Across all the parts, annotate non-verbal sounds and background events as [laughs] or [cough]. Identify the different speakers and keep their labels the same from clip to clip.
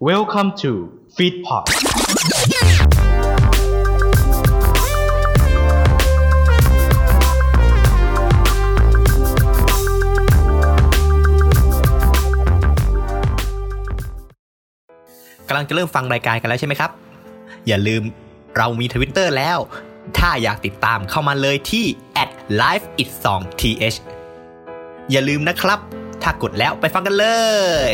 Speaker 1: Welcome to Feedpot
Speaker 2: กำลังจะเริ่มฟังรายการกันแล้วใช่ไหมครับ อย่าลืมเรามีทวิตเตอร์แล้ว ถ้าอยากติดตามเข้ามาเลยที่ @lifeit2th อย่าลืมนะครับ ถ้ากดแล้วไปฟังกันเลย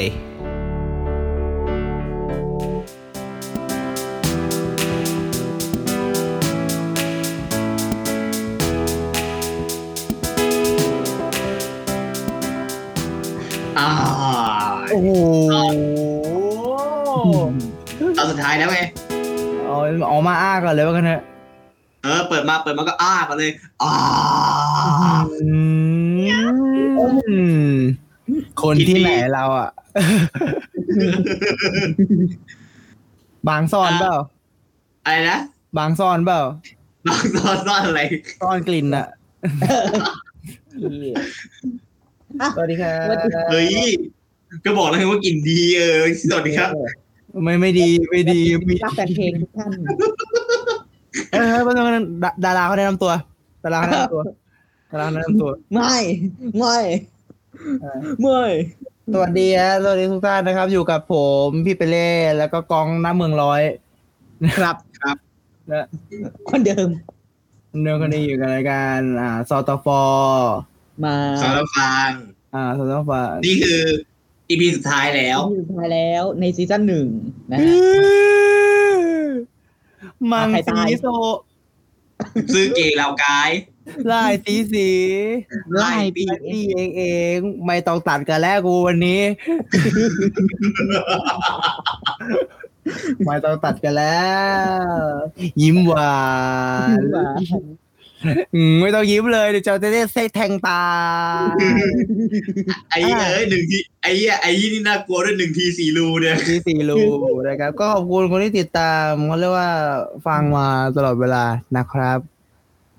Speaker 3: อ่า
Speaker 4: โอ้โห
Speaker 3: ตอนสุดท้ายแล้วไง
Speaker 4: เอาออกมาอ้าก่อนเลยว่ากันเถอะ
Speaker 3: เออเปิดมาเปิดมาก็อ้ากันเลยอ้า
Speaker 4: อืมคนที่ไหนเราอ่ะ บางซ่อนเปล่า
Speaker 3: อะไรนะ [laughs]
Speaker 4: บางซ่อนเปล่า
Speaker 3: บางซ่อนซ่อนอะไร
Speaker 4: ซ่อนกลิ่นอ่ะ
Speaker 5: สวัสดีครับ
Speaker 3: เฮ้ยก็บอกแล้วไงว่ากินดีเออสวัสดีครับ
Speaker 4: ไม่ไม่ดีไม่ดีมี
Speaker 5: รับแฟนเพลงทุกท่าน
Speaker 4: เออเพราะฉะนั้นดาดาราเขาแนะนำตัว ดาราเขาแนะนำตัว ดาราเขาแนะนำตัว
Speaker 5: ไม่ไม่
Speaker 4: [laughs]
Speaker 5: ไม่
Speaker 4: สวัสดีฮะสวัสดีทุกท่านนะครับ อยู่กับผมพี่เปเล่แล้วก็กองหน้าเมืองร้อยนะครับ
Speaker 5: คนเดิม
Speaker 4: เดิมคนนี้อยู่กับรายการอ่าซอตฟอ
Speaker 5: มา
Speaker 3: สารบฟัง
Speaker 4: อ่าซอตฟอ
Speaker 3: นี่คืออีพีสุดท้าย
Speaker 5: [laughs]
Speaker 3: แล้ว
Speaker 5: ที่สุดท้ายแล้วในซีซั่นหนึ่งนะฮะ
Speaker 4: มัง
Speaker 5: ใคร
Speaker 4: สี
Speaker 5: ตาย
Speaker 4: โซ
Speaker 3: ซื้อเกย์เรากาย
Speaker 4: ลายสีสี
Speaker 3: ไล่ปี
Speaker 4: ปีเองเองไม่ต้องตัดกันแล้วกูวันนี้ [laughs] ไม่ต้องตัดกันแล้ว ยิ้มหวาน
Speaker 5: ว่า
Speaker 4: อืมไม่ต้องยิ้มเลยเดี๋ยวเจ้าจะได้เซ็กแทง
Speaker 3: [laughs]
Speaker 4: ตา
Speaker 3: ไอ้เอ้ยหนึ่งทีไอ้เหี้ยไอ้นี่น่ากลัวด้วยหนึ่งทีสี่รูเนี่ย
Speaker 4: ที่สีรูนะครับ ก็ขอบคุณคนที่ติดตามเขาเรียกว่าฟังมาตลอดเวลานะครับ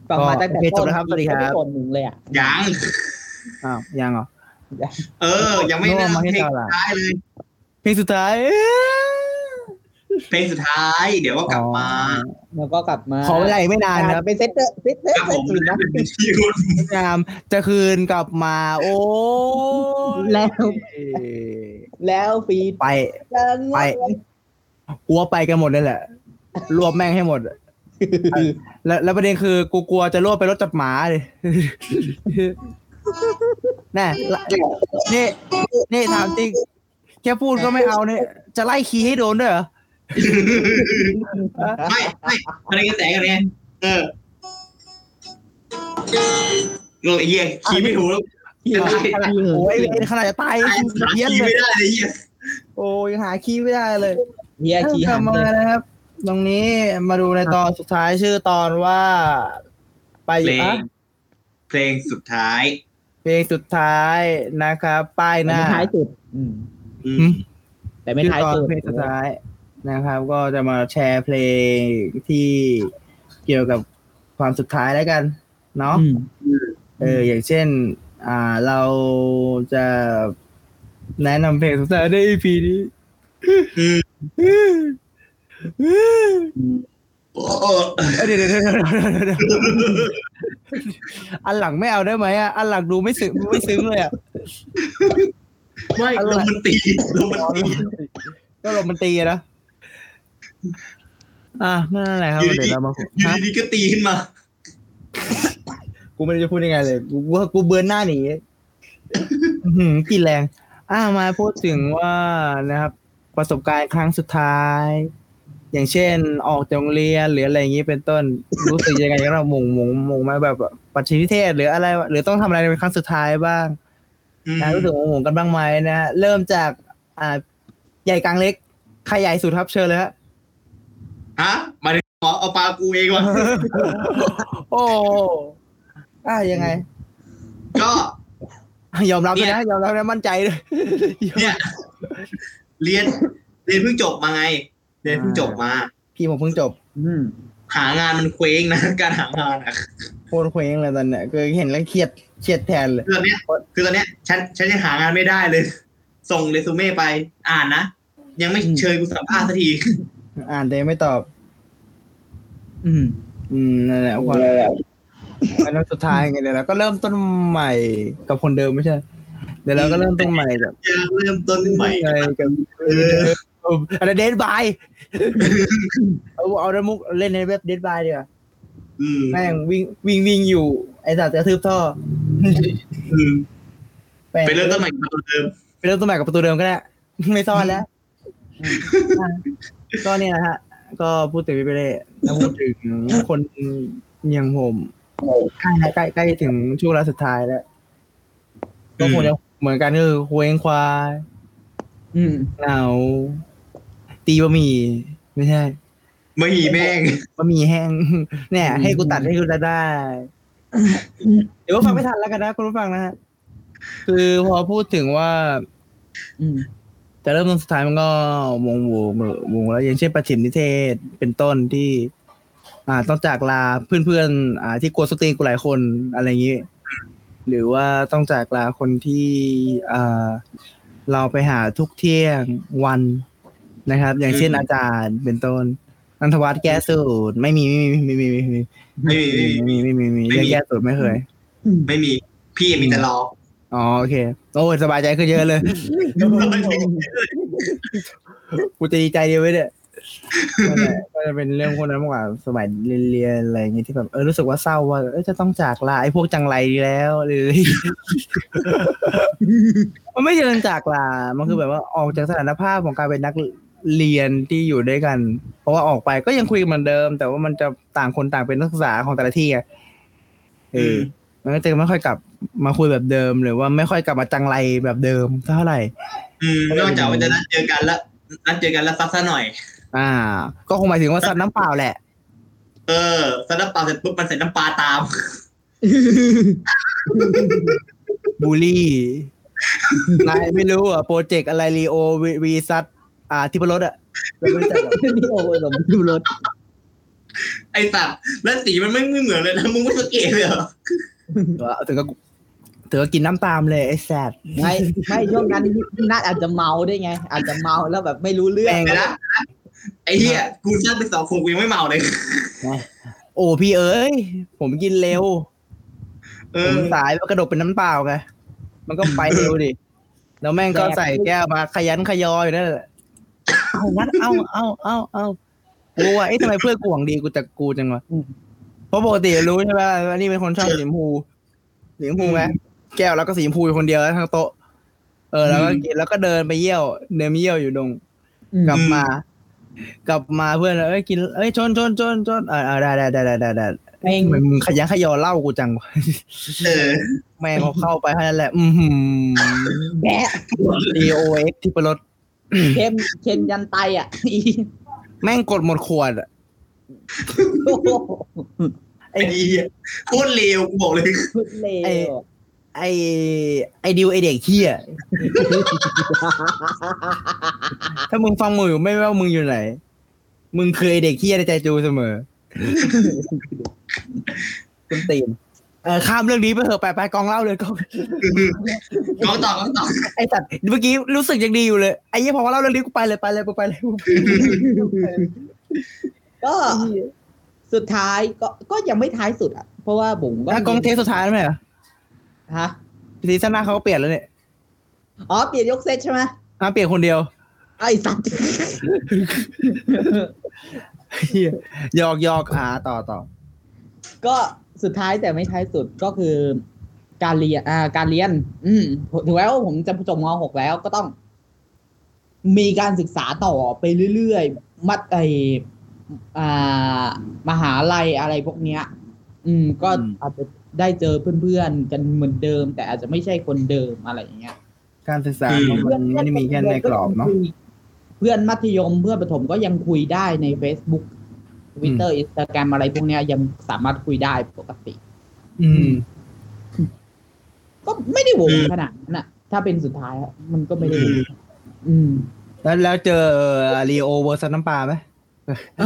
Speaker 5: ฟังมาตั้งแต่
Speaker 4: โอเคจบแล้วครับสวัสดีครับ
Speaker 5: ต้นหนึ่งเลยอ่ะ
Speaker 3: ยัง
Speaker 4: อ้าวยังเหรอ
Speaker 3: เออ ยังไม่
Speaker 4: โน้
Speaker 3: เริ่
Speaker 4: ม
Speaker 3: ม
Speaker 4: มาให้
Speaker 3: เพลง
Speaker 4: เจ้า
Speaker 3: สุ
Speaker 4: ละ
Speaker 3: ดท้ายเลย
Speaker 4: เพลงสุดท้าย
Speaker 3: เพลงสุดท้าย เดี๋ยวก็กลับมา
Speaker 5: แล้วก็กลับมา
Speaker 4: ขอเวลาอีกไม่นาน
Speaker 3: [laughs]
Speaker 4: นะครับ
Speaker 5: เป็นเซตเตอร์เซตเตอร์
Speaker 3: ครับ
Speaker 5: เซ
Speaker 3: ผ
Speaker 5: ต
Speaker 3: ม
Speaker 5: สี่นะ
Speaker 3: เป็นที่รู
Speaker 4: พยายามจะคืนกลับมา โอ้ย
Speaker 5: แล้วแล้วฟีด
Speaker 4: ไป
Speaker 5: กัน
Speaker 4: ไป อัวไปกันหมดเลยแหละ รวบแม่งให้หมด
Speaker 5: [laughs]
Speaker 4: แล้วแล้วประเด็นคือกูกลัวจะรวบไปรถจับหมาเลย [laughs] น่ะละนี่นี่ถามจริงแค่พูดก็ไม่เอาเนี่ย จะไล่คีย์ให้โดนด้วย
Speaker 5: [laughs]
Speaker 4: เหรอ
Speaker 3: ไม่ไม่อะไรกระแสกันเนี่ยเออเออไอ้เหี้ยขี่ไม่ถูกแล้ว
Speaker 5: ที่
Speaker 3: จะ
Speaker 5: เรา
Speaker 3: ตาย
Speaker 5: ที่เห
Speaker 4: โอ้ย
Speaker 5: อะ
Speaker 4: เวรขนาดจะตาย
Speaker 3: ตาย
Speaker 4: ยัง
Speaker 3: ขี่
Speaker 4: เพี้ยนเลย
Speaker 3: ไม่ได้เลยไอ้เหี้ย
Speaker 4: โอ้ยหาคีย์ไม่ได้เลย
Speaker 5: เฮียขี่
Speaker 4: กลั
Speaker 5: หั
Speaker 4: บ
Speaker 5: น
Speaker 4: มา
Speaker 5: เลย
Speaker 4: นะครับ ตรงนี้มาดูในตอนสุดท้ายชื่อตอนว่า ไป
Speaker 3: เพลง
Speaker 4: อะ
Speaker 3: เพลงสุดท้าย
Speaker 4: เพลงสุดท้ายนะครับป้ายห
Speaker 5: แต่
Speaker 4: น้า
Speaker 5: ไม่ท้ายสุดอืม
Speaker 3: อื
Speaker 4: อื
Speaker 3: ม
Speaker 4: ม
Speaker 5: แต่ไม่ท้าย
Speaker 4: ชื่
Speaker 5: สุ
Speaker 4: อตอ
Speaker 5: ด
Speaker 4: นเพลงสุดท้ายนะครับ ก็จะมาแชร์เพลงที่เกี่ยวกับความสุดท้ายแล้วกันเนาะ
Speaker 5: อืม
Speaker 4: เอออย่างเช่น อ่าเราจะแนะนำเพลงสุดท้ายใน EP นี้
Speaker 3: อืมโอ้
Speaker 4: เอ้ยเดี๋ยวเดี๋ยวเดี๋ยวเดี๋ยวเดี๋ยวอันหลังไม่เอาได้ไหมอ่ะอันหลังดูไม่ซึ้งไม่ซึ้งเลยอ่ะ
Speaker 3: ไม่
Speaker 4: อะไร
Speaker 3: ลมมันตีลมมันตี
Speaker 4: ก็ลมมันตีอะนะอ่ะนั่นแหละครับเดี๋ยวเรามาคุย
Speaker 3: อยู่
Speaker 4: ฮะ
Speaker 3: ดีๆก็ตีขึ้นมา
Speaker 4: กูไม่รู้จะพูดยังไงเลยกูว่ากูเบือนหน้าหนี อื้อหือกลินแรง อ่ามาพูดถึงว่านะครับ ประสบการณ์ครั้งสุดท้าย อย่างเช่นออกจากโรงเรียนหรืออะไรอย่างนี้เป็นต้น รู้สึกยังไงกับเราหมงหมงหมงไหมาแบบปฏิทิเทศหรืออะไร หรือต้องทำอะไรเป็นครั้งสุดท้ายบ้าง
Speaker 3: อืม
Speaker 4: นะรู้สึกหมงหมงกันบ้างไหมนะฮะเริ่มจากอ่าใหญ่กลางเล็กใครใหญ่สุดครับเชิญเลยฮะ
Speaker 3: ฮะมาถึงหมอเอาปลากูเอง
Speaker 4: [laughs]
Speaker 3: วะ
Speaker 4: โอ้อ่ายังไง
Speaker 3: ก็
Speaker 4: ยอมรับด้วยนะ ยอมรับนะมั่นใจเลย
Speaker 3: เนี่ยเรียนเรียนเพิ่งจบมาไง เรียนเพิ่งจบมา
Speaker 4: [laughs] พี่ผมเพิ่งจบ
Speaker 5: อืม
Speaker 3: หางานมันเคว้งนะ [laughs] การหางานอะ
Speaker 4: โคตรเคว้งเลยตอนเนี้ยคือเห็นแล้วเครียดเครียดแทนเลย
Speaker 3: คือตอนเนี้ยคือตอนเนี้ยฉันฉันยังหางานไม่ได้เลย ส่งเรซูเม่ไปอ่านนะ ยังไม่เชิญกูสัมภาษณ์สักที [laughs]
Speaker 4: อ่านแต่ยังไม่ตอบ
Speaker 5: อืม
Speaker 4: อืมนั่นแหละพอแล้วแล้วสุดท้ายไงเดี๋ยวเราก็เริ่มต้นใหม่กับคนเดิมไม่ใช่ เดี๋ยวเราก็เริ่มต้นใหม่แบบ
Speaker 3: จะเริ่มต้นใหม่
Speaker 4: ไงกับ
Speaker 3: เออ
Speaker 4: เอออะไรเดดบาย [laughs] เอาเอาระมุกเล่นในเว็บเดดบายดีกว่า
Speaker 3: อืม
Speaker 4: แม่งวิ่งวิ่งวิ่งอยู่ ไอ้สัตว์จะทืบท่อ
Speaker 3: อืม
Speaker 4: แม่ง
Speaker 3: ไปเริ่มต้นใหม่กับเดิม
Speaker 4: ไปเริ่มต้นใหม่กับประตูเดิมก็ได้ [laughs] ไม่ซ่อนแล้วอ่ะก็เนี่ยนะฮะ ก็พูดถึงพี่เปเล่แล้วพูดถึงคนอย่างผมใกล้ใกล้ใกล้ถึงช่วงเวลาสุดท้ายแล้ว ก็คงจะเหมือนกันคือเคว้งควาย
Speaker 5: อืม
Speaker 4: เหงาตีบะหมี่ไม่ใช่
Speaker 3: ไม่หีแม่ง
Speaker 4: บะหมี่แห้ง [laughs] เนี่ย ให้กูตัดให้กูตัดได้ เดี๋ยวว่าฟังไม่ทันแล้วกันนะคุณผู้ฟังนะฮะคือพอพูดถึงว่า
Speaker 5: อืม
Speaker 4: จะเริ่มต้นสุดท้ายมันก็วงวงวงแล้วอย่างเช่นประถิมนิเทศเป็นต้นที่ อ่าต้องจากลาเพื่อนๆอ่า ที่กลัวสตรีนกูหลายคนอะไรอย่างนี้ หรือว่าต้องจากลาคนที่อ่าเราไปหาทุกเที่ยงวันนะครับ อย่างเช่น
Speaker 3: อืม
Speaker 4: อาจารย์เป็นต้นนันทวัฒน์แก้สูตรไม่มีไม่มีไม่มี
Speaker 3: ไม่มีไม่มี
Speaker 4: ไม่มีไม่มีไม่มีไม่มี
Speaker 3: ไม่มี
Speaker 4: เรื่องแก้สูตรไม่เคย
Speaker 3: ไม่มี พี่มีแต่รอ
Speaker 4: อ๋อโอเคโอ้ยสบายใจขึ้นเยอะเลย กูจะดีใจเดียวไว้เนี่ย [laughs] นั่นแหละก็จะเป็นเรื่องพวกนั้นมากกว่าสมัยเรียนๆอะไรอย่างเงี้ยที่แบบเออรู้สึกว่าเศร้าว่าเออจะต้องจากลาไอ้พวกจังไรดีแล้ว [laughs] หรือ มันไม่ใช่เรื่องจากลา มันคือแบบว่าออกจากสถานภาพของการเป็นนักเรียนที่อยู่ด้วยกัน เพราะว่าออกไปก็ยังคุยกันเหมือนเดิม แต่ว่ามันจะต่างคนต่างเป็นนักศึกษาของแต่ละที่ไงเออ มันก็จะไม่ค่อยกลับมาคุยแบบเดิม หรือว่าไม่ค่อยกลับมาจังไรแบบเดิมเท่าไหร่
Speaker 3: อืมนอกจากว่าจะนัดเจอกันละนัดเจอกันแล้วซัดซะหน่อย
Speaker 4: อ่า ก็คงหมายถึงว่าซัดน้ำเปล่าแหละ
Speaker 3: เออซัดน้ำปลาเสร็จปุ๊บมันใส่น้ำปลาตาม [laughs]
Speaker 4: บูลลี่ นายไม่รู้เหรอ่ะ โปรเจกต์อะไรรีโอวีซัตอ่าที่พรถอ่ะเราไม่รู้จักหรอก
Speaker 5: นี่โอ้ยผมดูรถ
Speaker 3: ไอ้สัตว์แล้วสีมันไม่เหมือนเลยนะมึงไม่สังเกตเลยเหรอ
Speaker 4: เออถึงก็ถึงก็กินน้ำตามเลยไอ้แซด
Speaker 5: ไม่ไม่ช่วงนั้นนัดอาจจะเมาได้วยไง อาจจะเมาแล้วแบบไม่รู้เรื่อง
Speaker 3: ไอ้นะไอ้เหี้ยกูซัดไปสองคนกูยังไม่เมาเลย
Speaker 4: โอ้พี่เอ้ย ผมกินเร็ว
Speaker 3: เอ
Speaker 4: ผ
Speaker 3: อ
Speaker 4: มสายแล้วกระดกเป็นน้ำเปล่าไง มันก็ไปเร็วดิ แล้วแม่งก็ใส่แก้วมาขยันขยอยนั่นแหละเอาวัดเอาเอาเอาเอากูว่าเอ๊ะทำไมเพื่อนกูหวังดีกูแต่กูจังวะเพราะปกติรู้ใช่ไหมว่านี่เป็นคนชอบสีชมพูสีชมพูไงแก้วแล้วก็สีชมพูอยู่คนเดียวแล้วทั้งโต๊ะ เออ แล้วก็กินแล้วก็เดินไปเยี่ยว เดินไปเยี่ยวอยู่ดง
Speaker 5: อืม
Speaker 4: กลับมา กลับมาเพื่อนเอ้ยกินเอ้ยชนชนชนชนเออเออได้ได้ได้ได้ได้
Speaker 5: แม่ง
Speaker 4: เหมือนมึงขยันขยอเล่ากูจังวะ
Speaker 3: เออ
Speaker 4: แม่งเขาเข้าไปเท่านั้นแหละ อือหื
Speaker 5: แบะ
Speaker 4: อ DOX ที่ประลด
Speaker 5: เข้มเคนยันไตอ่ะอี
Speaker 4: แม่งกดหมดขวดอะ
Speaker 5: โอ้โห
Speaker 3: ไอ้เหี้ยโคตรเลวกูบอกเลย
Speaker 5: พุดเลว
Speaker 4: ไอไอดิวไอเด็กเฮียถ้ามึงฟังมึงอยู่ไม่ว่ามึงอยู่ไหน มึงคือไอเด็กเฮียในใจจูเสมอคุณตีนเออข้ามเรื่องนี้ไปเถอะไปไปกองเล่าเลยกอง
Speaker 3: ก้องต่อก้องต่อ
Speaker 4: ไอสัตว์เมื่อกี้รู้สึกยังดีอยู่เลยไอ้เหี้ยพอว่าเล่าเรื่องนี้กูไปเลยไปเลยกูไปเลยกูไปเลย
Speaker 5: ก็สุดท้ายก็ก็ยังไม่ท้ายสุดอ่ะ เพราะว่าบุ๋มก็
Speaker 4: อ่ะกองเทสสุดท้ายแล้วไหมเหรอ
Speaker 5: ฮะ
Speaker 4: ซีซั่นหน้าเขาก็เปลี่ยนแล้วเนี่ย
Speaker 5: อ๋อเปลี่ยนยกเซตใช่ไหม
Speaker 4: อ่ะเปลี่ยนคนเดียว
Speaker 5: ไอ้สัตว์
Speaker 4: เหี้ยหยอกหยอกอ่าต่อต่อ
Speaker 5: ก็สุดท้ายแต่ไม่ท้ายสุดก็คือ การเรียนอ่าการเรียน อืมถึงแม้ว่าผมจะจบม .6 แล้วก็ต้อง มีการศึกษาต่อไปเรื่อยๆ มัดไออ่ามหาลัยอะไรพวกเนี้ย อืม ก็อาจจะได้เจอเพื่อนๆกันเหมือนเดิม แต่อาจจะไม่ใช่คนเดิมอะไรอย่างเงี้ย
Speaker 4: การศึกษามันไม่ได้มีแค่ในกรอบเนาะ
Speaker 5: เพื่อนมัธยมเพื่อนประถมก็ยังคุยได้ใน Facebook
Speaker 4: อื
Speaker 5: Twitter
Speaker 4: ม
Speaker 5: Instagram อะไรพวกเนี้ยยังสามารถคุยได้ปกติ
Speaker 4: อืม
Speaker 5: ก็ไม่ได้โหวงขนาดนั้นน่ะ ถ้าเป็นสุดท้ายอะมันก็ไม่ได้โหวงอืม
Speaker 4: แล้วแล้วเจอรีโอเวอร์ซันน้ำปลาไหม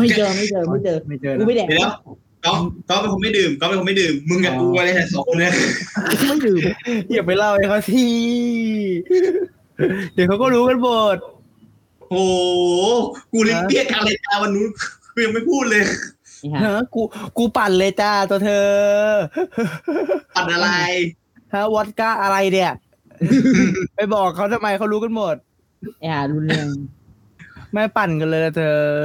Speaker 5: ไม่เจอไม่เจอไม่เจอ
Speaker 4: ไม่เจอ
Speaker 5: กู
Speaker 4: นะ
Speaker 5: ไม่แดก
Speaker 3: เดี๋ยวก้องก้องเป็นคนไม่ดื่มก้องเป็นคนไม่ดื่ม มึงกับกูอะไรเนี่ยสองคนเนี่ย
Speaker 5: ไม่ดื่ม
Speaker 4: อย่าไปเล่าให้เขาทีเดี๋ยวเขาก็รู้กันหมด
Speaker 3: โอ้โหกูลิ้นเปียกกลางรายการวันนู้นกูยังไม่พูดเลย
Speaker 5: นี่ฮะ
Speaker 4: เนอะกูกูปั่นเลยจ้าตัวเธอ
Speaker 3: ปัดอะไร
Speaker 4: ฮะวอดก้าอะไรเนี่ย ไปบอกเขาทำไมเขารู้กันหมด
Speaker 5: นี่ฮะรุนแรง
Speaker 4: ไม่ปั่นกันเลยเธอ
Speaker 5: เ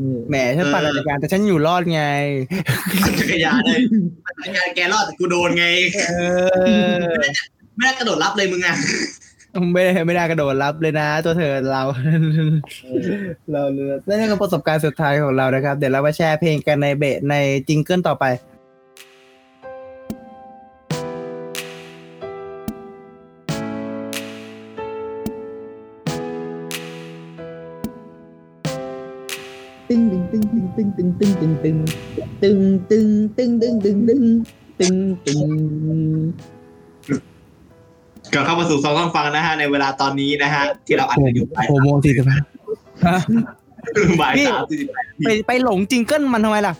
Speaker 5: ออ
Speaker 4: แหมฉันปั่นรายการแต่ฉันอยู่รอดไง
Speaker 3: ปั่นจักรยานเลยปั่นจักรยานแกรอดแต่กูโดนไง
Speaker 4: เออ
Speaker 3: ไม่ได้กระโดดรับเลยมึงอ่ะ
Speaker 4: ไม่ได้ไม่ได้กระโดดรับเลยนะ ตัวเธอเรา [laughs] เราเลือนั่นคือประสบการณ์สุดท้ายของเรานะครับ เดี๋ยวเรามาแชร์เพลงกันในเบในจิงเกิลต่อไป
Speaker 5: ตึงตึงตึงตึงตึงตึงตึงตึงตึงตึงตึงตึงตึงตึงตึงตึง
Speaker 3: กลับเข้ามาสู่ซองต้องฟังนะฮะ ในเวลาตอนนี้นะฮะ ที่เราอัดกันอยู่ไป
Speaker 4: โอ้โมงสี่สิบห้า
Speaker 3: บ่ายสามสี่สิบแปด
Speaker 4: ไปไปหลงจิงเกิลมันทำไม [laughs] ล่ะ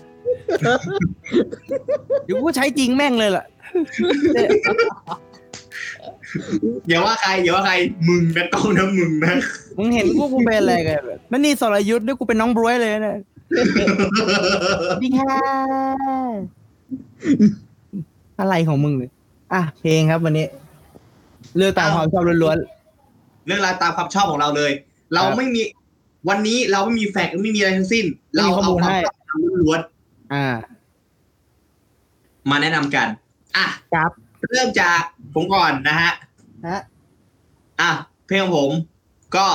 Speaker 4: เดี๋ยวกูใช้จริงแม่งเลยล่ะ
Speaker 3: อย่าว่าใครอย่าว่าใครมึงนะกล้องนะมึงนะ
Speaker 4: มึงเห็นกูกูเป็นอะไรกันแบบนั่นนี่สรยุทธ์ด้วยกูเป็นน้องบรวยเลย [laughs] เนี่ยสวัสดีค่ะ [laughs] อะไรของมึงเนี่ยอ่ะเพลงครับวันนี้ เลือกตามความชอบล้วน
Speaker 3: เรื่องราวตามความชอบของเราเลย เราไม่มีวันนี้เราไม่มีแฟกต์ไม่มีอะไรทั้งสิ้น เราเอาความชอบล้วน
Speaker 4: ๆ อ่า
Speaker 3: ๆมาแนะนำกัน อ่ะ
Speaker 4: ครับ
Speaker 3: เริ่มจากผมก่อนนะฮะ [laughs]
Speaker 5: ฮะ
Speaker 3: อ่ะเพลงของผมก็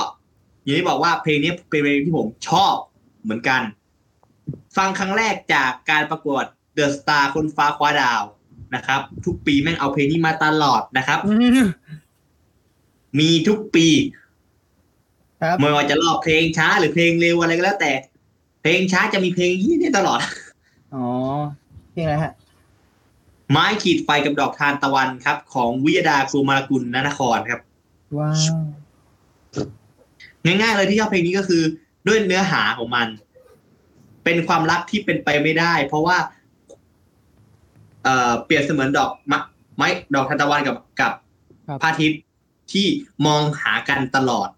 Speaker 3: อย่างที่บอกว่าเพลงนี้เป็นเพลงที่ผมชอบเหมือนกัน ฟังครั้งแรกจากการประกวด The Star คนฟ้าคว้าดาวนะครับ ทุกปีแม่งเอาเพลงนี้มาตลอดนะครับ มีทุกปี
Speaker 4: ครับ
Speaker 3: ไม่ว่าจะรอบเพลงช้าหรือเพลงเร็วอะไรก็แล้วแต่ เพลงช้าจะมีเพลงที่นี่ตลอด
Speaker 4: อ๋อเพลงอะไรฮะ
Speaker 3: ไม้ขีดไฟกับดอกทานตะวันครับ ของวิยดาครูมาลกุลนนครครับ
Speaker 4: ว้าว
Speaker 3: ง่ายๆเลยที่ชอบเพลงนี้ก็คือด้วยเนื้อหาของมัน เป็นความรักที่เป็นไปไม่ได้ เพราะว่า เอ่อเปรียบเสมือนดอกมะไม้ดอกทานตะวันกับกับ
Speaker 4: ครับ
Speaker 3: พระอาทิตย์ที่มองหากันตลอด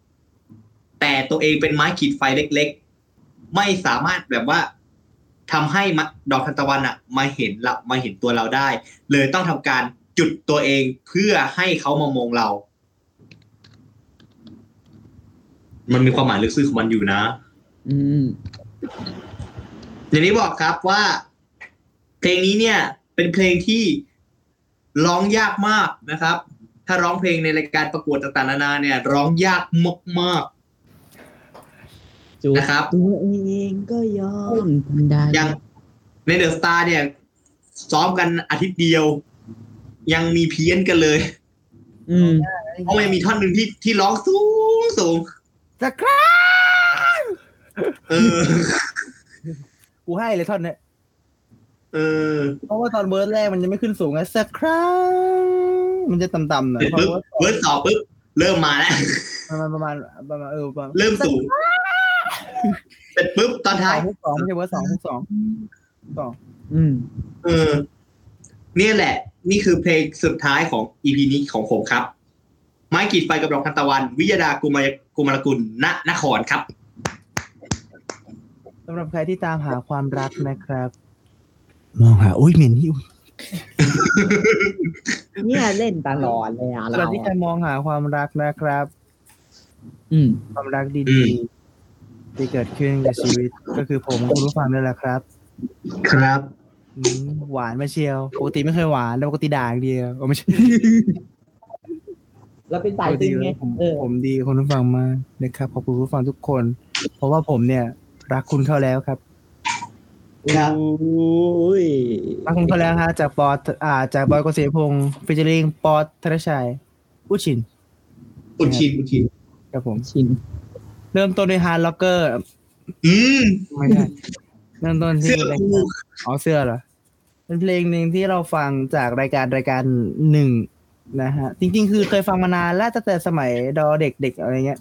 Speaker 3: แต่ตัวเองเป็นไม้ขีดไฟเล็กๆ ไม่สามารถแบบว่าทำให้มะดอกทานตะวันอะมาเห็นเรามาเห็นตัวเราได้ เลยต้องทำการจุดตัวเองเพื่อให้เขามามองเรา มันมีความหมายลึกซึ้งของมันอยู่นะ
Speaker 5: อืม
Speaker 3: อย่างที่บอกครับว่า เพลงนี้เนี่ย เป็นเพลงที่ร้องยากมากนะครับ ถ้าร้องเพลงในรายการประกวดต่างๆนานาเนี่ย ร้องยากมาก
Speaker 5: จู
Speaker 3: ๆนะครับ
Speaker 5: ตัวเองก็ยอมทำได้
Speaker 3: ยังในเดอะสตาร์เนี่ย ซ้อมกันอาทิตย์เดียว ยังมีเพี้ยนกันเลย
Speaker 5: อืม
Speaker 3: เพราะมันมีท่อนหนึ่งที่ที่ร้องสูงสูง
Speaker 4: จะครับ
Speaker 3: เออ
Speaker 4: กูให้เลยท่อนเนี้ย
Speaker 3: เออ
Speaker 4: เพราะว่าตอนเบิร์ดแรกมันจะไม่ขึ้นสูงไงสักครั้งมันจะต่ำๆหน่อย
Speaker 3: เสร็จ
Speaker 4: เพราะ
Speaker 3: ปุ๊บ
Speaker 4: ว่า
Speaker 3: เวิร์ดสองปุ๊บเริ่มมาแล้ว
Speaker 4: มันประมาณประมาณเออประมาณ
Speaker 3: เริ่ม
Speaker 4: [laughs]
Speaker 3: สูงเสร็จปุ๊บตอน
Speaker 4: ส
Speaker 3: ท้า
Speaker 4: อย งทุกสองไม่ใช่เบิร์ดสองทุกสอง
Speaker 5: อืม
Speaker 3: เออเนี่ยแหละ นี่คือเพลงสุดท้ายของ EP นี้ของผมครับ ไม้กีดไฟกับดอกทานตะวัน วิยดากุมารกุมารกุลณนครครับ
Speaker 4: สำหรับใครที่ตามหาความรักนะครับ มองหาอุ้ยเหม็นที่
Speaker 5: เนี่ยเล่นตลอดเลยอ่ะ
Speaker 4: สำหรั
Speaker 5: เรา
Speaker 4: บที่ใครมองหาความรักนะครับ
Speaker 5: อืม
Speaker 4: ความรัก
Speaker 3: อื
Speaker 4: ดี
Speaker 3: ม
Speaker 4: ๆที่เกิดขึ้นกับชีวิตก็คือผมกับคุณผู้ฟังนี่แหละครับ
Speaker 3: ครับ
Speaker 4: อืมหวานมาเชียวปกติไม่เคยหวานแล้วปกติด่าอย่างเดียวโอ้ไม่ใช่
Speaker 5: เราเป็น
Speaker 4: ป
Speaker 5: สาย
Speaker 4: ก
Speaker 5: ตึ
Speaker 4: ติ
Speaker 5: งไง
Speaker 4: ผม
Speaker 5: เออ
Speaker 4: ผมดีกับคุณผู้ฟังมากนะครับขอบคุณผู้ฟังทุกคน เพราะว่าผมเนี่ย รักคุณเข้าแล้วครับ
Speaker 3: ครับ
Speaker 5: โอ้ย
Speaker 4: รักคุณเข้าแล้วฮะจากปออ่า จากบอยกฤษพงศ์ฟิชเชอริงปอธนชัยอุชิน
Speaker 3: อุนชินอุนชิน
Speaker 4: ครับผม
Speaker 5: ชิน
Speaker 4: เริ่มต้นด้วยฮาร์ล็อกเกอร์
Speaker 3: อืม
Speaker 4: ไม่ใช่เริ่มต้นที่
Speaker 3: เสื้อ
Speaker 4: ราย
Speaker 3: กู
Speaker 4: การอ๋อเสื้อเหรอ เป็นเพลงหนึ่งที่เราฟังจากรายการรายการหนึ่งนะฮะ จริง ๆ คือเคยฟังมานานแล้วตั้งแต่สมัยดอเด็กๆอะไรเงี้ย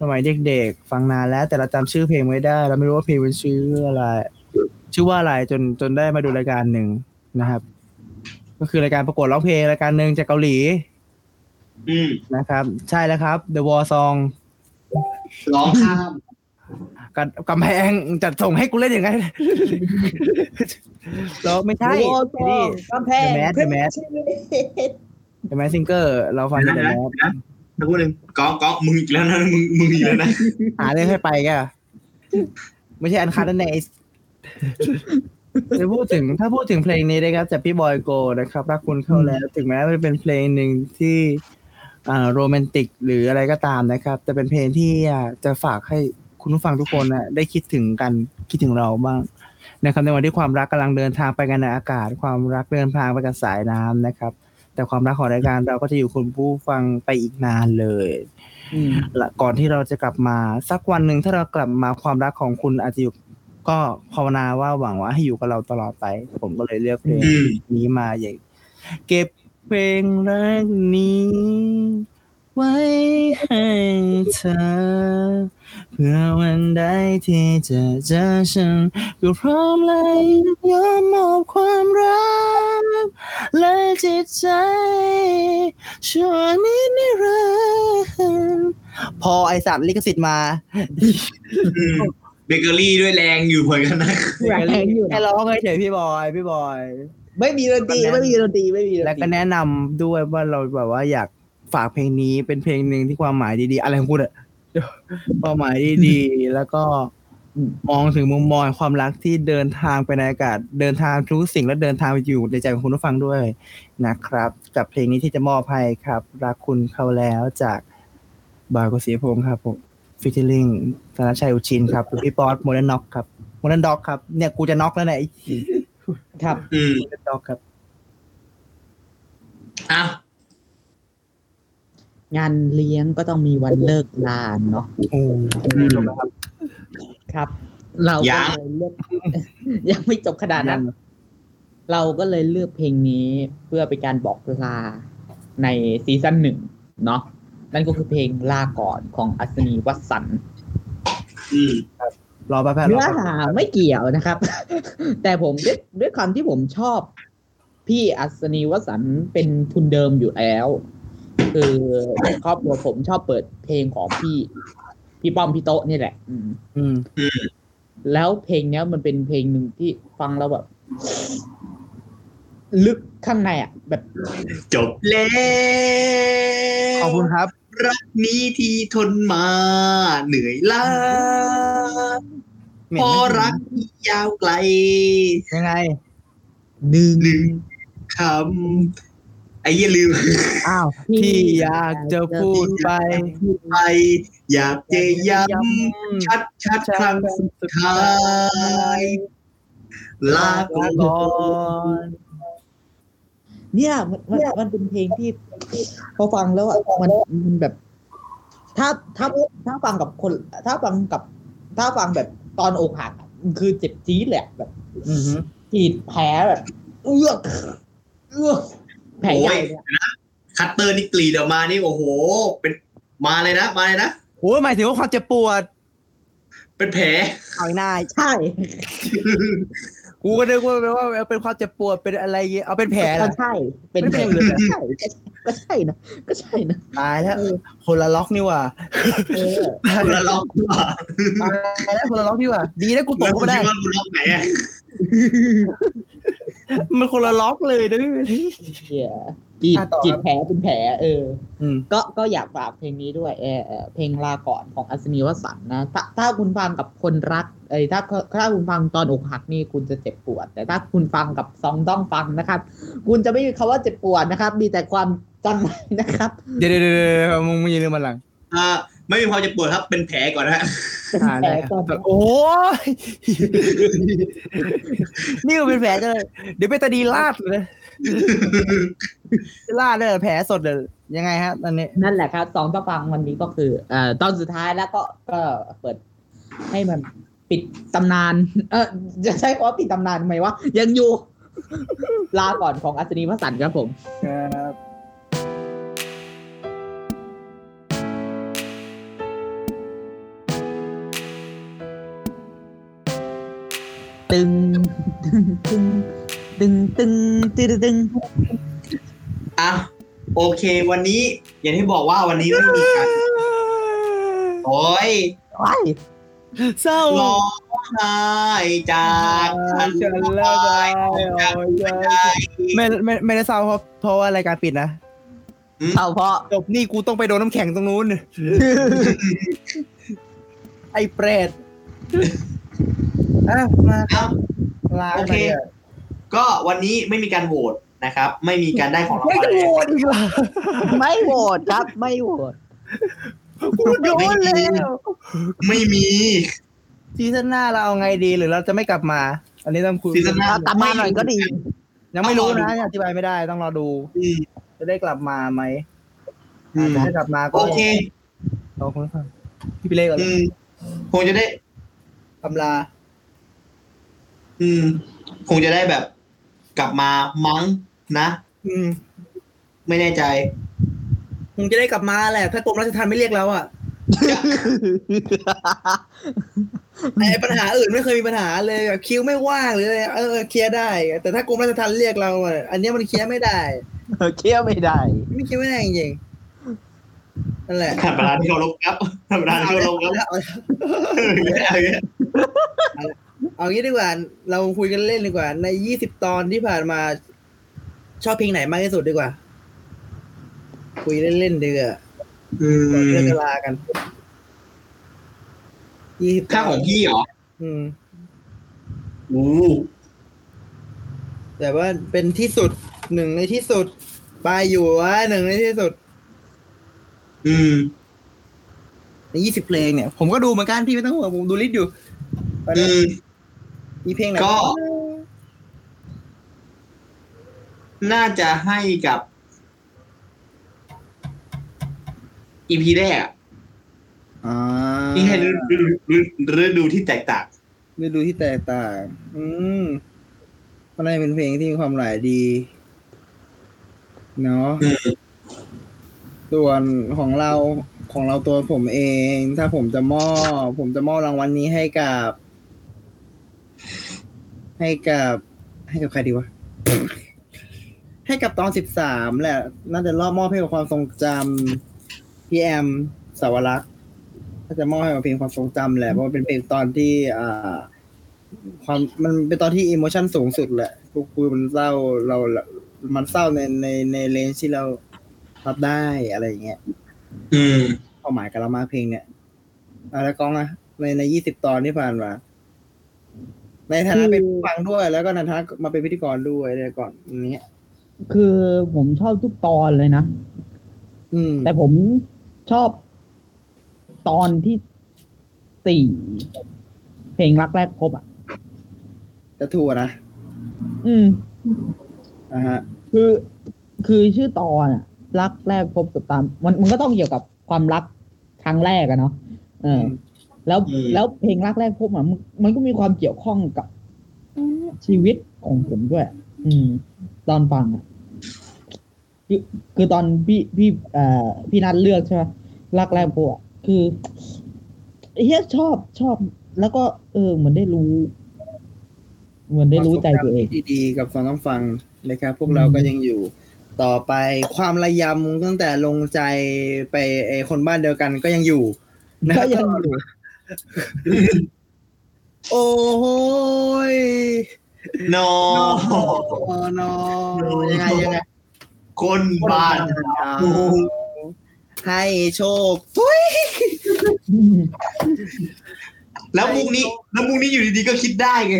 Speaker 4: สมัยเด็กๆ ฟังนานแล้ว แต่เราจำชื่อเพลงไม่ได้ เราไม่รู้ว่าเพลงเป็นชื่ออะไร ชื่อว่าอะไรจนจนได้มาดูรายการหนึ่งนะครับ ก็คือรายการประกวดร้องเพลงรายการหนึ่งจากเกาหลี
Speaker 3: อืม
Speaker 4: นะครับ ใช่แล้วครับ The War Song
Speaker 3: ร้องข้าม
Speaker 4: กับกำแพงจัดส่งให้กูเล่นอย่าง [laughs] นั้นเราไม่ใช่
Speaker 5: โอ้โห
Speaker 4: นี่
Speaker 5: กำแพง
Speaker 4: The Mask The Mask เห็นไหมซิงเกอร์เราฟังแต่แล้ว
Speaker 3: นะพูดหนึ่งก้องก้องมึงอีกแล้วนะมึงมึงอีกแล้วนะ
Speaker 4: หาเรื่องให้ไปแกไม่ใช่อันคัดนั่นแหละไอ้จะพูดถึงถ้าพูดถึงเพลงนี้นะครับจากพี่บอยโกนะครับรักคุณเข้าแล้ว ถึงแม้มันจะเป็นเพลงหนึ่งที่อ่าโรแมนติกหรืออะไรก็ตามนะครับ แต่เป็นเพลงที่อ่ะจะฝากให้คุณผู้ฟังทุกคนนะได้คิดถึงกันคิดถึงเราบ้าง นะครับในวันที่ความรักกำลังเดินทางไปกันในอากาศ ความรักเดินทางไปกับสายน้ำนะครับ แต่ความรักของรายการเราก็จะอยู่คุณผู้ฟังไปอีกนานเลย
Speaker 5: อืม
Speaker 4: และก่อนที่เราจะกลับมาสักวันหนึ่งถ้าเรากลับมาความรักของคุณอาจจะอยู่ก็ภาวนาว่าหวังว่าให้อยู่กับเราตลอดไป ผมก็เลยเลือกเพลง
Speaker 3: อืม
Speaker 4: นี้มาอย่างเก็บเพลงรักนี้ ไว้ให้เธอ เพื่อวันใดที่จะเจอฉันก็พร้อมเลยยอมมอบความรัก และจิตใจชั่วนิดนิรันดร์พอไอสัตว์ลิขสิทธิ์มา
Speaker 3: อืมเบเกอรี่ด้วยแรงอยู่เหมือนกันนะ
Speaker 5: แรงอยู่
Speaker 4: แค่
Speaker 5: นะ
Speaker 4: ร้องเฉยๆพี่บอย พี่บอย
Speaker 5: ไม่มีดนตรีไม่มีดนตรีไม่มีดนตรี
Speaker 4: แล้วก็แนะนำด้วยว่าเราแบบว่าอยากฝากเพลงนี้เป็นเพลงหนึ่งที่ความหมายดีๆ อะไรของคุณอะ [laughs] ความหมายดีๆ แล้วก็
Speaker 5: อืม
Speaker 4: มองถึงมุมมองแห่งความรักที่เดินทางไปในอากาศ เดินทางรู้สิ่งและเดินทางไปอยู่ในใจของคุณผู้ฟังด้วยนะครับ กับเพลงนี้ที่จะมอบให้ครับ รักคุณเขาแล้วจากบอยกสีพงศ์ครับผมฟิชเชอร์ลิงธนชัยอุชินครับพี่ป๊อตโมเดิร์นด็อกครับโมเดิร์นด็อกครับเนี่ยกูจะน็อกแล้วเนี่ยไอ้
Speaker 5: ครับ
Speaker 3: อืม
Speaker 4: โมเดิร์นด็อกครับ
Speaker 3: อ่ะ
Speaker 5: งานเลี้ยงก็ต้องมีวันเลิกลาเนาะ
Speaker 4: โอ้โหจบแล้วครับ
Speaker 5: ครับ เราก็เลยเลือก [laughs] ยังไม่จบขนาดนั้น เราก็เลยเลือกเพลงนี้เพื่อเป็นการบอกลาในซีซั่นหนึ่งเนาะนั่นก็คือเพลงลาก่อนของอัศนีวัตสันต์
Speaker 3: อืม
Speaker 4: รอแป๊บๆรอ
Speaker 5: เนื้อ
Speaker 4: แป๊บ
Speaker 5: หาไม่เกี่ยวนะครับ [laughs] แต่ผมด้วยด้วยความที่ผมชอบ พี่อัศนีวัตสันต์เป็นทุนเดิมอยู่แล้ว คือครอบครัวผมชอบเปิดเพลงของพี่ พี่ป้อมพี่โต๊ะนี่แหละ อืม
Speaker 4: อืม
Speaker 5: แล้วเพลงเนี้ยมันเป็นเพลงหนึ่งที่ฟังแล้วแบบ ลึกข้างในอ่ะ แบบ
Speaker 3: จบแล้ว
Speaker 4: ขอบคุณครับ
Speaker 3: รักนี้ที่ทนมา เหนื่อยล้า
Speaker 4: เหม็น
Speaker 3: เพ
Speaker 4: ไหม
Speaker 3: อรักที่ยาวไกล
Speaker 4: ยังไง
Speaker 5: หนึ่ง
Speaker 3: หนึ่งคำไอ้เหี้ยลืม
Speaker 4: อ้าว ที่อยากจะพูดไป
Speaker 3: ไป อยากจะย้ำชัดชัดๆครั้งสุด
Speaker 4: สุด
Speaker 3: ท้าย ลาก่อน
Speaker 4: ก่อน
Speaker 5: เนี่ยมันมันมันเป็นเพลงที่พอฟังแล้วอ่ะมันมันแบบ ถ้าถ้าถ้าฟังกับคน ถ้าฟังกับ ถ้าฟังแบบตอนอกหักอะมันคือเจ็บจี๊ดแหลยอะแบบ
Speaker 4: อือฮึ
Speaker 5: กรีดแผลแบบ เอื้อกเอื้อกแผลใหญ่เลยอะ
Speaker 3: คัตเตอร์นี่กรีดออกมานี่โอ้โห เป็นมาเลยนะมาเลยนะ
Speaker 4: โอ้ยหมายถึงว่าความเจ็บปวด
Speaker 3: เป็น
Speaker 4: [laughs]
Speaker 3: แผล
Speaker 4: เอาหน้า
Speaker 5: ใช่
Speaker 4: กูก็นึกว่าเป็นว่าเป็นความเจ็บปวดเป็นอะไรเงี้ยเอาเป็นแผลเหร
Speaker 5: ก็
Speaker 4: อ
Speaker 5: ใช่ เป็น
Speaker 4: ไม่
Speaker 5: แผล
Speaker 4: เป็นเลยเหรอ
Speaker 5: ใช่ก็ใช่นะก็ใช่นะ
Speaker 4: ตายแล้วคนละล็อกนี่หว่า
Speaker 5: เออ
Speaker 3: คนละล็อกกว่า
Speaker 4: ตายแล้วคนละล็อกนี่หว่า ดีนะกูต
Speaker 3: แล้
Speaker 4: ก
Speaker 3: ว
Speaker 4: เข้า
Speaker 3: คุณ
Speaker 4: ไม่ได้
Speaker 3: คิดว่าคุณล็อกไหนอะ
Speaker 4: มันคนละล็อกเลยนะพี่เวลลี่
Speaker 5: เหี้ยจีบ
Speaker 4: อ่ะต่อครับ
Speaker 5: จีบแผลเป็นแผลเออ
Speaker 4: อืม
Speaker 5: ก็ก็อยากฝากเพลงนี้ด้วยเออเออเพลงลาก่อนของอัศนีวสันต์นะถ้าถ้าคุณฟังกับคนรักเอ้ยถ้าถ้าคุณฟังตอนอกหักนี่คุณจะเจ็บปวด แต่ถ้าคุณฟังกับซองต้องฟังนะครับ คุณจะไม่มีคำว่าเจ็บปวดนะครับ มีแต่ความจังไรนะครับ
Speaker 4: เดี๋ยวเดี๋ยวเดี๋ยวเดี๋ยวมึงมึงอย่าลืมมาหลัง
Speaker 3: อ่าไม่มีพอจะปวดครับเป็นแผลก่อนนะฮะ
Speaker 4: อ่าได้ครับโอ้ย [laughs] นี่ก็เป็นแผลจะเลยเดี๋ยวไปตะดีลาดเลย ล่าดเลยเหรอแผลสดเลยยังไงฮะตอนนี้
Speaker 5: นั่นแหละครับสองต้องฟังวันนี้ก็คือเอ่อตอนสุดท้ายแล้วก็ก็เปิดให้มันปิดตำนาน เออจะใช้คำว่าปิดตำนานทำไหมวะยังอยู่ [laughs] ลาก่อนของอัศนีวสันต์ครับผม ตึงตึงตึงตึงตึงตึงตึง
Speaker 3: อ่ะโอเค วันนี้อย่างที่บอกว่าวันนี้ไม่มีการ โอ้ย
Speaker 5: ว้าย
Speaker 4: เศร้า
Speaker 3: ร้องไห้จากฉัน
Speaker 4: ฉันละ
Speaker 3: ไป
Speaker 4: บาย
Speaker 3: จาก
Speaker 4: เอาใจ
Speaker 3: ใจ
Speaker 4: ไม่ไม่ไม่ได้เศร้าเพราะเพราะว่ารายการปิดนะ
Speaker 5: เศร้าเพราะ
Speaker 4: จบนี่กูต้องไปโดนน้ำแข็งตรงนู้น ไอ้เปร [laughs] ตอ่ะมา
Speaker 3: เอ้า
Speaker 4: ลา
Speaker 3: โอ
Speaker 4: ไป
Speaker 3: เค ก็วันนี้ไม่มีการโหวตนะครับ ไม่มีการได้ของราง
Speaker 4: ไม่
Speaker 3: วัล
Speaker 4: จะโหวตอีกเหรอ
Speaker 5: ไม่โหวตครับ ไม่โหวต
Speaker 4: กูโดนแล้ว
Speaker 3: ไม่มี
Speaker 4: ซีซั่นหน้าเราเอาไงดีหรือเราจะไม่กลับมา อันนี้ต้องคุย
Speaker 3: ซีซั่นหน้า
Speaker 5: เอากลับมาหน่อยก็ดี
Speaker 4: ยังไม่รู้นะยังอธิบายไม่ได้ต้องรอดู
Speaker 3: อืม
Speaker 4: จะได้กลับมาไหม
Speaker 3: อืม
Speaker 4: อาจจะได้กลับมาก็
Speaker 3: โอเค
Speaker 4: ขอบคุณครับพี่ไปเล่ก่อนเล
Speaker 3: อื
Speaker 4: ย
Speaker 3: มคงจะได้
Speaker 4: อำลา
Speaker 3: อืม คงจะได้แบบ กลับมามั้งนะ
Speaker 4: อืม
Speaker 3: ไม่แน่ใจ
Speaker 4: คงจะได้กลับมาแหละถ้ากรมราชทัณฑ์ไม่เรียกเรา
Speaker 3: [laughs]
Speaker 4: อ่ะไอ้ปัญหาอื่นไม่เคยมีปัญหาเลยแบบคิวไม่ว่างหรืออะไรเออเออเคลียร์ได้ แต่ถ้ากรมราชทัณฑ์เรียกเราอะอันเนี้ยมันเคลียร์ไม่ได้
Speaker 5: เคลียร์ไม่ได้
Speaker 4: ไม่เคลียร์ไม่ได้จริงๆนั่นแหละ
Speaker 3: ท่านประธานที่เคารพครับท่านประธานที่เคารพครับ
Speaker 4: เอาละ
Speaker 3: เอาอย่างเงี้ย
Speaker 4: เอางี้ดีกว่า เราคุยกันเล่นดีกว่า ในยี่สิบตอนที่ผ่านมา ชอบเพลงไหนมากที่สุดดีกว่า คุยเล่นๆดีกว่า
Speaker 3: อื
Speaker 4: ก่อนเลิ
Speaker 3: ม
Speaker 4: กลากันยี่สิบ
Speaker 3: ถ้าของพี่เหรอ
Speaker 4: อืม
Speaker 3: อู้
Speaker 4: แต่ว่าเป็นที่สุดหนึ่งในที่สุดปลายอยู่ว่าหนึ่งในที่สุด
Speaker 3: อืม
Speaker 4: ในยี่สิบเพลงเนี่ย ผมก็ดูเหมือนกันพี่ไม่ต้องห่วงผมดูลิสต์อยู่ตอน
Speaker 3: อื
Speaker 4: นี้
Speaker 3: ม
Speaker 4: มีเพลงไหน
Speaker 3: ก็ น่าจะให้กับ อีพีแรกอะ
Speaker 4: อ่า
Speaker 3: ที่ให้ฤดูฤดูฤดูที่แตกต่าง
Speaker 4: ฤดูที่แตกต่าง อืมมันน่าจะเป็นเพลงที่มีความหมายดี เนาะ
Speaker 3: อืม
Speaker 4: ส่วนของเราของเราตัวผมเอง ถ้าผมจะมอบ ผมจะมอบรางวัลนี้ให้กับ ให้กับ ให้กับใครดีวะ ให้กับตอนสิบสามแหละ น่าจะรอบมอบให้กับความทรงจำพี่แอมสาวรักษ์น่าจะมอบให้กับเพลงความทรงจำแหละเพราะว่าเป็นเพลงตอนที่ อ่า ความมันเป็นตอนที่อิโมชันสูงสุดแหละกูกูมันเศร้าเรามันเศร้าในในในเลนที่เรารับได้อะไรอย่างเงี้ย
Speaker 3: อืม
Speaker 4: เป้าหมายกับเรามากเพลงเนี่ยอะแล้วกล้องอะในในยี่สิบตอนที่ผ่านมา ในฐานะเป็นผู้ฟังด้วย แล้วก็ในฐานะมาเป็นพิธีกรด้วยเลยก่อนอย่างเงี้ย
Speaker 5: คือผมชอบทุกตอนเลยนะ
Speaker 4: อืม
Speaker 5: แต่ผมชอบตอนที่สี่เพลงรักแรกพบอ่ะ
Speaker 4: จะทัวร์นะ
Speaker 5: อืม
Speaker 4: อ่าฮะ
Speaker 5: คือคือชื่อตอนอะรักแรกพบกับตาม มันมันก็ต้องเกี่ยวกับความรักครั้งแรกอะเนาะเออ
Speaker 4: อืม
Speaker 5: แล้ว
Speaker 3: อืม
Speaker 5: แล้วเพลงรักแรกพบอะมันมันก็มีความเกี่ยวข้องกับชีวิตของผมด้วย อืม ตอนฟังอะคือคือตอนพี่พี่เอ่อพี่นัดเลือกใช่ไหมรักแรกพบอะคือเฮียชอบชอบ แล้วก็ เออ เหมือนได้รู้ เหมือนได้รู้ใจตัวเอง
Speaker 3: [laughs]
Speaker 4: ความทรงจำที่ดีๆกับฟังต้องฟังนะครับ พวกเราก็ยังอยู่ต่อไปความระยำตั้งแต่ลงใจไปไอคนบ้านเดียวกันก็ยังอยู่นะค
Speaker 5: ก็
Speaker 4: รับ
Speaker 5: ยังอยู่
Speaker 4: โอ้โหย
Speaker 3: นอ
Speaker 4: โอ้โนยังไงยังไง
Speaker 3: คนบ้าน
Speaker 4: ให้โชคทุย
Speaker 3: แล้วมุกนี้ แล้วมุกนี้อยู่ดีๆก็คิดได้ไง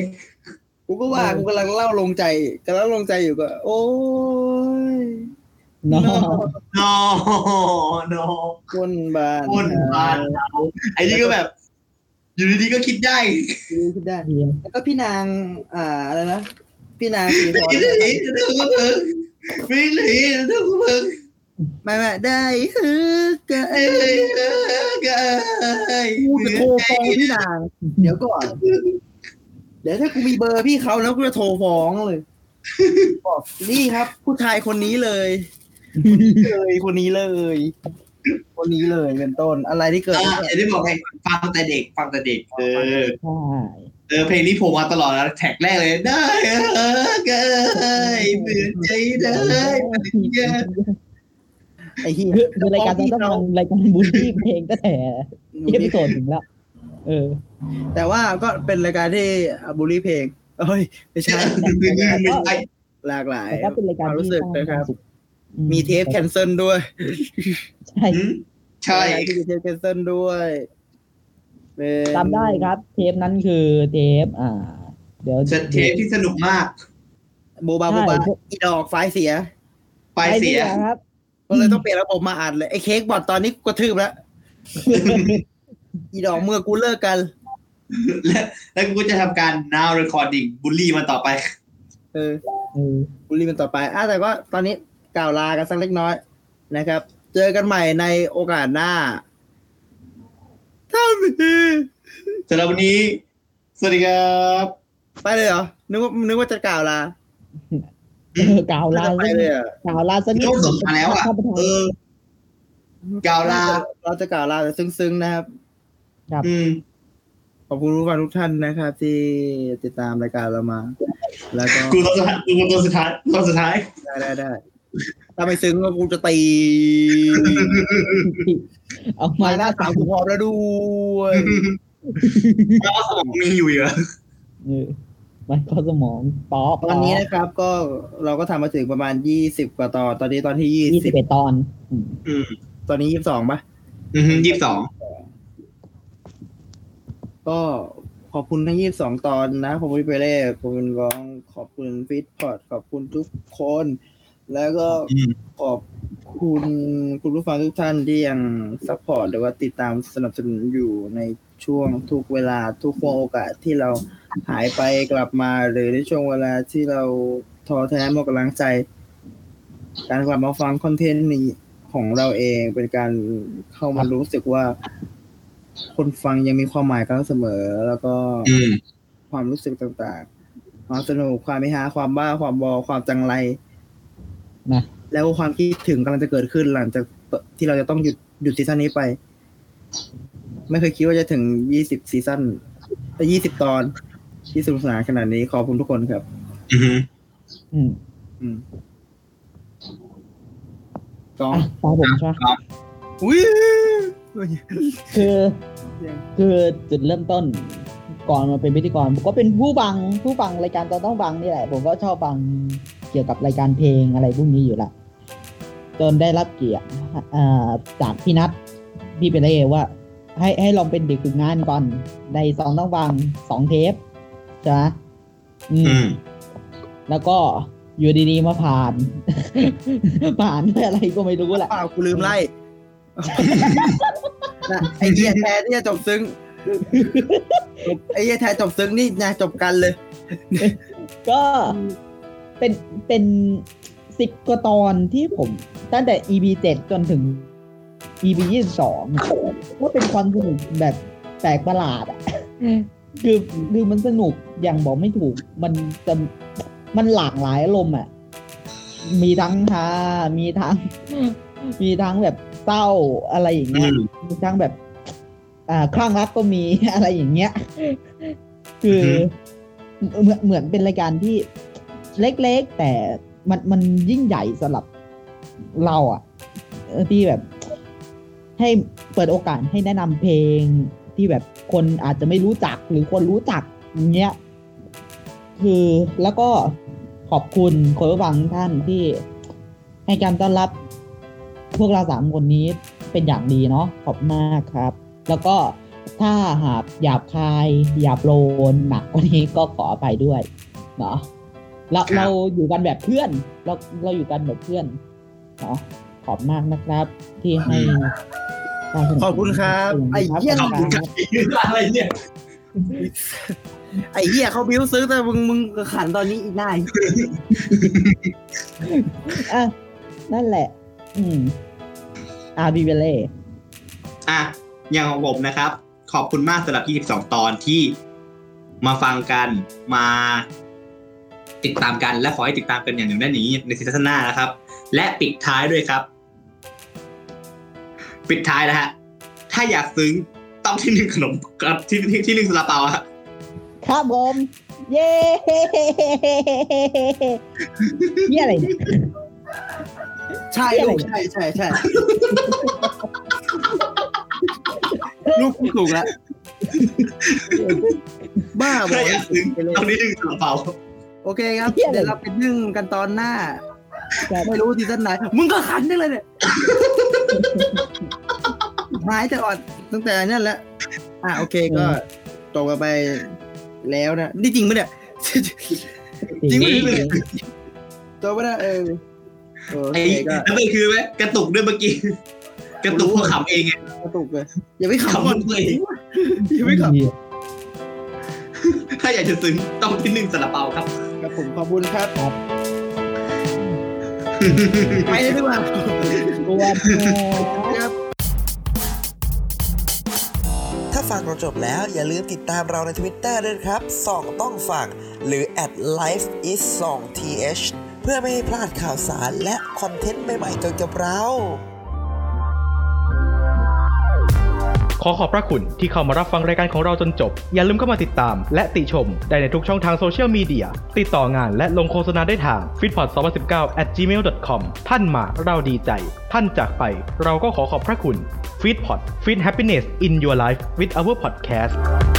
Speaker 4: กูก็ว่ากูกำลังเล่าลงใจกำลังลงใจอยู่ก็ โอ้ย
Speaker 5: เนาะ
Speaker 3: นอ นอ
Speaker 4: คนบ้าน
Speaker 3: คนบ้านเราไอ้นี่ก็แบบ อยู่ดีๆก็คิดได้
Speaker 4: คิดได้ แล้วก็พี่นาง อ่า อะไรนะ พี่นางสีทอง
Speaker 3: ไม่หลีเรื่องของมึงไม่หลีเรื่องของมึง
Speaker 4: ไม่ไม่ได้ฮึกะ
Speaker 3: เอ้
Speaker 4: เอ้
Speaker 3: ย
Speaker 4: ย
Speaker 3: เอ้ยเอ้ย
Speaker 4: กูจะโทรฟ้องพี่นาง เดี๋ยวก่อน เดี๋ยวถ้ากูมีเบอร์พี่เขาแล้วกูจะโทรฟ้องเลยบอกนี่ครับ ผู้ชายคนนี้เลยเลยคนนี้เลย คนนี้เลยเป็นต้น อะไรที่เกิด
Speaker 3: อ่า
Speaker 4: ขึ้น
Speaker 3: ไอ้นี่บอกไงฟังแต่เด็ก ฟังแต่เด็ก เออ
Speaker 5: ใช่
Speaker 3: เออเพลงนี้โผล่มาตลอดนะแท็กแรกเลย ได้เออเกยเหมือนใจได้มันเยอะ
Speaker 4: ไอ้ที่
Speaker 5: คือคือรายการต้องทำรายการบูลลี่เพลงก็แต่ เยี่ยมโสดถึงแล้ว เออ
Speaker 4: แต่ว่าก็เป็นรายการที่บูลลี่เพลงเอ้ยไม่ใช่
Speaker 3: ไอ้
Speaker 4: หลากหลาย
Speaker 5: แต่ก็เป็นรายการ
Speaker 4: ควม
Speaker 5: ที่
Speaker 4: รู้สึกนะครับ
Speaker 5: สางวามสุข
Speaker 4: มีเทปแคนเซิลด้วย
Speaker 5: ใช่
Speaker 3: หืมใช่
Speaker 4: รายการที่มีเทปแคนเซิลด้วยเป็น
Speaker 5: จำได้ครับ เทปนั้นคือเทป อ่า เดี๋ยว
Speaker 3: เทปที่สนุกมาก
Speaker 4: โบบาโบบา
Speaker 5: ใช่
Speaker 4: อีดอกไฟล์เสีย
Speaker 3: ไฟล์เสีย
Speaker 5: ไอ้นี่นะครับ
Speaker 4: ก็เลยต้องเปลี่ยนระบบมาอัดเลยไอ้เค้กบอดตอนนี้กูกระทืบแล้ว [laughs] อีดอกเมื่อกูเลิกกัน
Speaker 3: และแล้วกูก็จะทำการ now recording บูลลี่มันต่อไป
Speaker 4: เออ
Speaker 5: เออ
Speaker 4: บุรีเป็นต่อไปอ่ะแต่ก็ตอนนี้กล่าวลากันสักเล็กน้อยนะครับ เจอกันใหม่ในโอกาสหน้า ถ้ามี
Speaker 3: สำหรับวันนี้ สวัสดีครับ
Speaker 4: ไปเลยเหรอ นึกว่านึกว่าจะกล่าวลา
Speaker 5: เออกล่าวลา
Speaker 4: จะไปเลยเหรอก
Speaker 5: ล่าวลาสนิท
Speaker 3: โลกสงครามแล้วอะ
Speaker 5: ข้าพเจ้า
Speaker 3: เออ กล่าวลา
Speaker 4: เราจะกล่าวลาแต่ซึ้งๆนะครับ
Speaker 3: อืม
Speaker 4: ขอบคุณผู้ฟังทุกท่านนะครับ ที่ติดตามรายการเรามา แล้วก็
Speaker 3: กูตัวสุดท้ายกูตัวสุดท้ายตัวสุดท้าย
Speaker 4: ได้ได้ได้ถ้าไม่ซึ้งก็กูจะตี
Speaker 5: เอา
Speaker 4: มา
Speaker 5: มา
Speaker 4: หน้าสาวกูพร้อมแล้วด้วย
Speaker 3: เพราะว่าสมองมีอยู่เยอะ
Speaker 5: เออมันก็สมองป๊อป
Speaker 4: ตอนนี้นะครับก็เราก็ทำมาถึงประมาณยี่สิบกว่าตอนตอนนี้ตอนที่ยี่
Speaker 5: ยี่
Speaker 4: สิ
Speaker 5: สิ
Speaker 4: บ
Speaker 5: บเอ็ดตอนอืม
Speaker 3: อืม
Speaker 4: ตอนนี้ยี่สิบสองปะ
Speaker 3: ยี่สิบสอง
Speaker 4: ก็ขอบคุณทั้งยี่สิบสองตอนนะ ขอบคุณพี่เปเล่ขอบคุณร้อง ขอบคุณฟิตพอด ขอบคุณทุกคน แล้วก็ขอบคุณคุณผู้ฟังทุกท่านที่ยังซัพพอร์ตหรือว่าติดตามสนับสนุนอยู่ในช่วงทุกเวลาทุกห่วงโอกาสที่เราหายไปกลับมา หรือในช่วงเวลาที่เราท้อแท้หมดกำลังใจ การกลับมาฟังคอนเทนต์นี้ของเราเองเป็นการเข้ามารู้สึกว่า คนฟังยังมีความหมายกับเราเสมอ แล้วก็
Speaker 3: อืม
Speaker 4: ความรู้สึกต่างๆความสนุกความมิฮาความบ้าความบอความจังไร
Speaker 5: นะ
Speaker 4: แล้วความคิดถึงกำลังจะเกิดขึ้นหลังจากที่เราจะต้องหยุดหยุดซีซั่นนี้ไป ไม่เคยคิดว่าจะถึงยี่สิบซีซั่นแต่ยี่สิบตอนที่สนุกสนานขนาดนี้ขอบคุณทุกคนครับ
Speaker 3: อืม
Speaker 5: อืม
Speaker 4: อืมกอง
Speaker 5: อ่ะตามผมใช่ไหม
Speaker 4: อุ้ย
Speaker 5: คือ คือจุดเริ่มต้น ก่อนมาเป็นพิธีกรผมก็เป็นผู้ฟังผู้ฟังรายการตอนต้องฟังนี่แหละ ผมก็ชอบฟังเกี่ยวกับรายการเพลงอะไรพวกนี้อยู่ละจนได้รับเกียรติเอ่อจากพี่นัทพี่เป็นไรว่า ให้ให้ลองเป็นเด็กฝึกงานก่อนในสองต้องฟังสองเทปใช่ไหมอืม
Speaker 3: อืม
Speaker 5: แล้วก็อยู่ดีๆมาผ่าน [laughs] ผ่านด้วยอะไรก็ไม่รู้แหละ
Speaker 4: เปล่ากูลืมไล่ นะไอ้เหี้ยแท้ที่จะจบซึ้ง ไอ้เหี้ยแท้จบซึ้งนี่นะจบกันเลย
Speaker 5: ก็เป็นเป็นสิบกว่าตอนที่ผม ตั้งแต่ EP เจ็ดจนถึง EP ยี่สิบสองก็เป็นความสนุกแบบแปลกประหลาดอ่ะ คือคือมันสนุกอย่างบอกไม่ถูก มันจะมันหลากหลายอารมณ์อ่ะ มีทั้งฮามีทั้ง มีทั้งแบบเศร้าอะไรอย่าง
Speaker 3: อื
Speaker 5: เงี้ย
Speaker 3: ม
Speaker 5: มีทั้งแบบ อ่าคลั่งรักก็มี [laughs] อะไรอย่างเงี้ย คือ
Speaker 3: อฮึ
Speaker 5: เหมือนเหมือนเป็นรายการที่เล็กๆ แต่มันมันยิ่งใหญ่สำหรับเราอะเออที่แบบ ให้เปิดโอกาสให้แนะนำเพลงที่แบบคนอาจจะไม่รู้จักหรือคนรู้จักอย่างเงี้ย คือแล้วก็ขอบคุณคนผู้ฟังทุกท่านที่ให้การต้อนรับพวกเราสามคนนี้เป็นอย่างดีเนาะขอบคุณมากครับ แล้วก็ถ้าหากหยาบคายหยาบโลนหนักกว่านี้ก็ขออภัยด้วยเนาะเรา
Speaker 3: ครับ
Speaker 5: เราอยู่กันแบบเพื่อน เราเราอยู่กันแบบเพื่อนเนาะขอบคุณมากนะครับ ที่ให้การสนัสนุน
Speaker 4: ขอบคุณครับไอ้เหี้ย
Speaker 5: ข
Speaker 3: ข
Speaker 5: อ
Speaker 3: อ
Speaker 5: บบ คุ
Speaker 3: คุณ ณ
Speaker 5: ค
Speaker 3: ค
Speaker 5: รั
Speaker 3: รั
Speaker 5: บบ
Speaker 3: อะไรเนี่ย
Speaker 4: ไอ้เหี้ยเขาบิ้วซึ้งแต่มึงมึงขันตอนนี้อีกหน้าอีก
Speaker 5: อ่ะนั่นแหละ อืมอาบีเบเล่
Speaker 3: อ่ะอย่างของผมนะครับ ขอบคุณมากสำหรับ 22 ตอนที่มาฟังกันมา ติดตามกันและขอให้ติดตามกันอย่างหนึ่งแน่นอย่างนี้ในซีซั่นหน้านะครับ และปิดท้ายด้วยครับ ปิดท้ายนะฮะ ถ้าอยากซึ้งต้องที่หนึ่งขนมกับที่ที่ที่หนึ่งซาลาเปาอะ
Speaker 5: ครับผมเย้เยี่ยอะไรเนี่ย
Speaker 4: ใช่ลูกใช่ใช่ใช่
Speaker 5: อะไร
Speaker 4: ลูกกูถูกแล้ว บ้าบ
Speaker 3: ถ้า
Speaker 4: อ
Speaker 3: อยากถึง
Speaker 4: ไปเลย
Speaker 3: ตรงนี้ถึงซาลาเปา
Speaker 4: โอเคครับ
Speaker 5: เหี้ยอะไร
Speaker 4: เดี๋ยวเราไปนึ่งกันตอนหน้า ไม่รู้ซีซั่นไหน มึงก็ขันได้เลยเนี่ยหายแต่อดตั้งแต่นั่นแหละ อ่ะโอเคก็ตกกันไปแล้วนะ นี่จริงไหมเนี่ย จริงไหมเนี่ยตัวไม่ได้เออโอ
Speaker 3: ไอ้
Speaker 4: เคก็
Speaker 3: แล้วไม่คือไหมกระตุกด้วยเมื่อกี้ กระตุกเพราะขำเองไง
Speaker 4: กระตุกเลย อย่าไปขำ
Speaker 3: ขำมันตัวเอง
Speaker 4: อย่าไปข
Speaker 3: ถ้าอยากจะซึ้งต้องที่หนึ่งซาลาเปาครับ
Speaker 4: ำกับผมขอบคุณครับไปเลยดีกว่า
Speaker 5: ตัวแทน
Speaker 6: ถ้าฟังเราจบแล้วอย่าลืมติดตามเราใน Twitter ด้วยนะครับส่องต้องฟังหรือ at life is 2 th เพื่อไม่ให้พลาดข่าวสารและคอนเทนต์ใหม่ๆเกี่ยวกับเรา
Speaker 1: ขอขอบพระคุณที่เข้ามารับฟังรายการของเราจนจบ อย่าลืมเข้ามาติดตาม และติชมได้ในทุกช่องทางโซเชียลมีเดีย ติดต่องานและลงโฆษณาได้ทาง f i t p o d 2019 at gmail.com ท่านมาเราดีใจ ท่านจากไป เราก็ขอขอบพระคุณ f i t p o d Fit Happiness in Your Life with our podcast